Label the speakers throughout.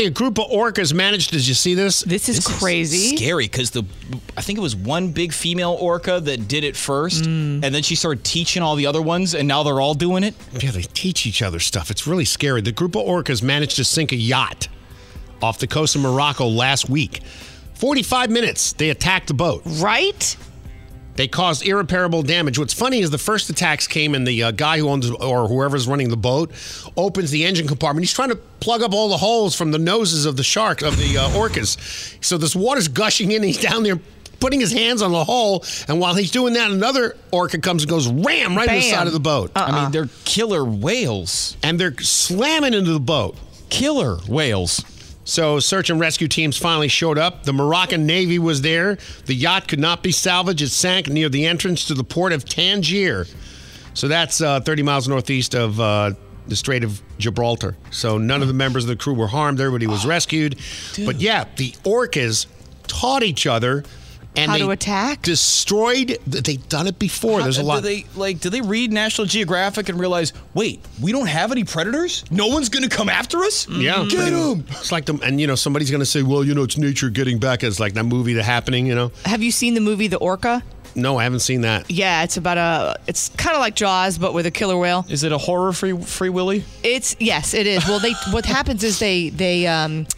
Speaker 1: A group of orcas managed. Did you see this?
Speaker 2: This is crazy.
Speaker 3: Scary because the I think it was one big female orca that did it first, and then she started teaching all the other ones, and now they're all doing it.
Speaker 1: Yeah, they teach each other stuff. It's really scary. The group of orcas managed to sink a yacht off the coast of Morocco last week. 45 minutes, they attacked the boat.
Speaker 2: right?
Speaker 1: They caused irreparable damage. What's funny is the first attacks came, and the uh, guy who owns or whoever's running the boat opens the engine compartment. He's trying to plug up all the holes from the noses of the shark of the uh, orcas. So this water's gushing in. And he's down there putting his hands on the hole, and while he's doing that, another orca comes and goes ram right in the
Speaker 2: Bam. Oh,
Speaker 1: side of the boat,
Speaker 3: I mean, they're killer whales,
Speaker 1: and they're slamming into the boat.
Speaker 3: killer whales.
Speaker 1: So search and rescue teams finally showed up. The Moroccan Navy was there. The yacht could not be salvaged. It sank near the entrance to the port of Tangier. So that's uh, 30 miles northeast of uh, the Strait of Gibraltar. So none of the members of the crew were harmed. Everybody was rescued. But yeah, the orcas taught each other and
Speaker 4: How
Speaker 1: they
Speaker 4: to attack?
Speaker 1: Destroyed. They've done it before. There's a lot.
Speaker 3: Uh, Do they like? Do they read National Geographic and realize? Wait, we don't have any predators. No one's gonna come after us. Mm.
Speaker 1: Yeah,
Speaker 3: get them.
Speaker 1: It's like the and you know somebody's gonna say, well, you know, it's nature getting back. It's like that movie, The Happening. You know,
Speaker 4: Have you seen the movie The Orca?
Speaker 1: no, I haven't seen that.
Speaker 4: Yeah, it's about a. It's kind of like Jaws, but with a killer whale.
Speaker 3: Is it a horror free free Willy?
Speaker 4: It's yes, it is. Well, they what happens is they they um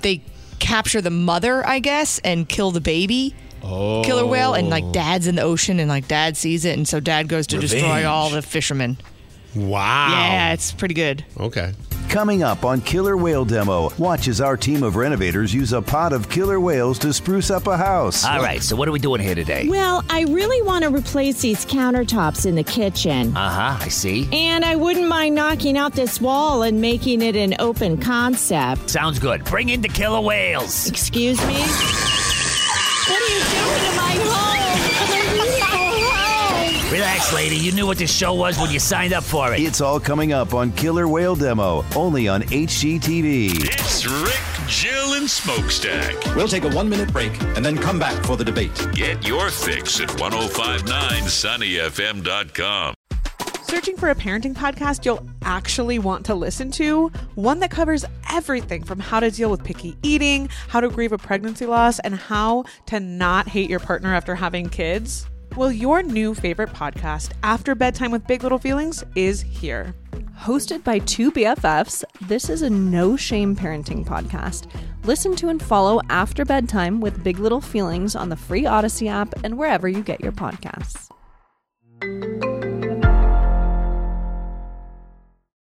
Speaker 4: they capture the mother, I guess, and kill the baby. Oh. Killer whale and like dad's in the ocean and like dad sees it and so dad goes to destroy all the fishermen.
Speaker 1: Wow.
Speaker 4: Yeah, it's pretty good.
Speaker 1: Okay.
Speaker 5: Coming up on Killer Whale Demo, watch as our team of renovators use a pod of killer whales to spruce up a house.
Speaker 6: All right, so what are we doing here today?
Speaker 7: Well, I really want to replace these countertops in the kitchen.
Speaker 6: Uh huh, I see.
Speaker 7: And I wouldn't mind knocking out this wall and making it an open concept.
Speaker 6: Sounds good. Bring in the killer whales.
Speaker 7: Excuse me? What are you doing to my home?
Speaker 6: Relax, lady. You knew what this show was when you signed up for it.
Speaker 5: It's all coming up on Killer Whale Demo, only on HGTV.
Speaker 8: It's Rick, Jill, and Smokestack.
Speaker 9: We'll take a one minute break and then come back for the debate.
Speaker 8: Get your fix at 1059sunnyfm.com.
Speaker 2: Searching for a parenting podcast you'll actually want to listen to, one that covers everything from how to deal with picky eating, how to grieve a pregnancy loss, and how to not hate your partner after having kids. Well, your new favorite podcast, After Bedtime with Big Little Feelings, is here.
Speaker 10: Hosted by two BFFs, this is a no shame parenting podcast. Listen to and follow After Bedtime with Big Little Feelings on the free Odyssey app and wherever you get your podcasts.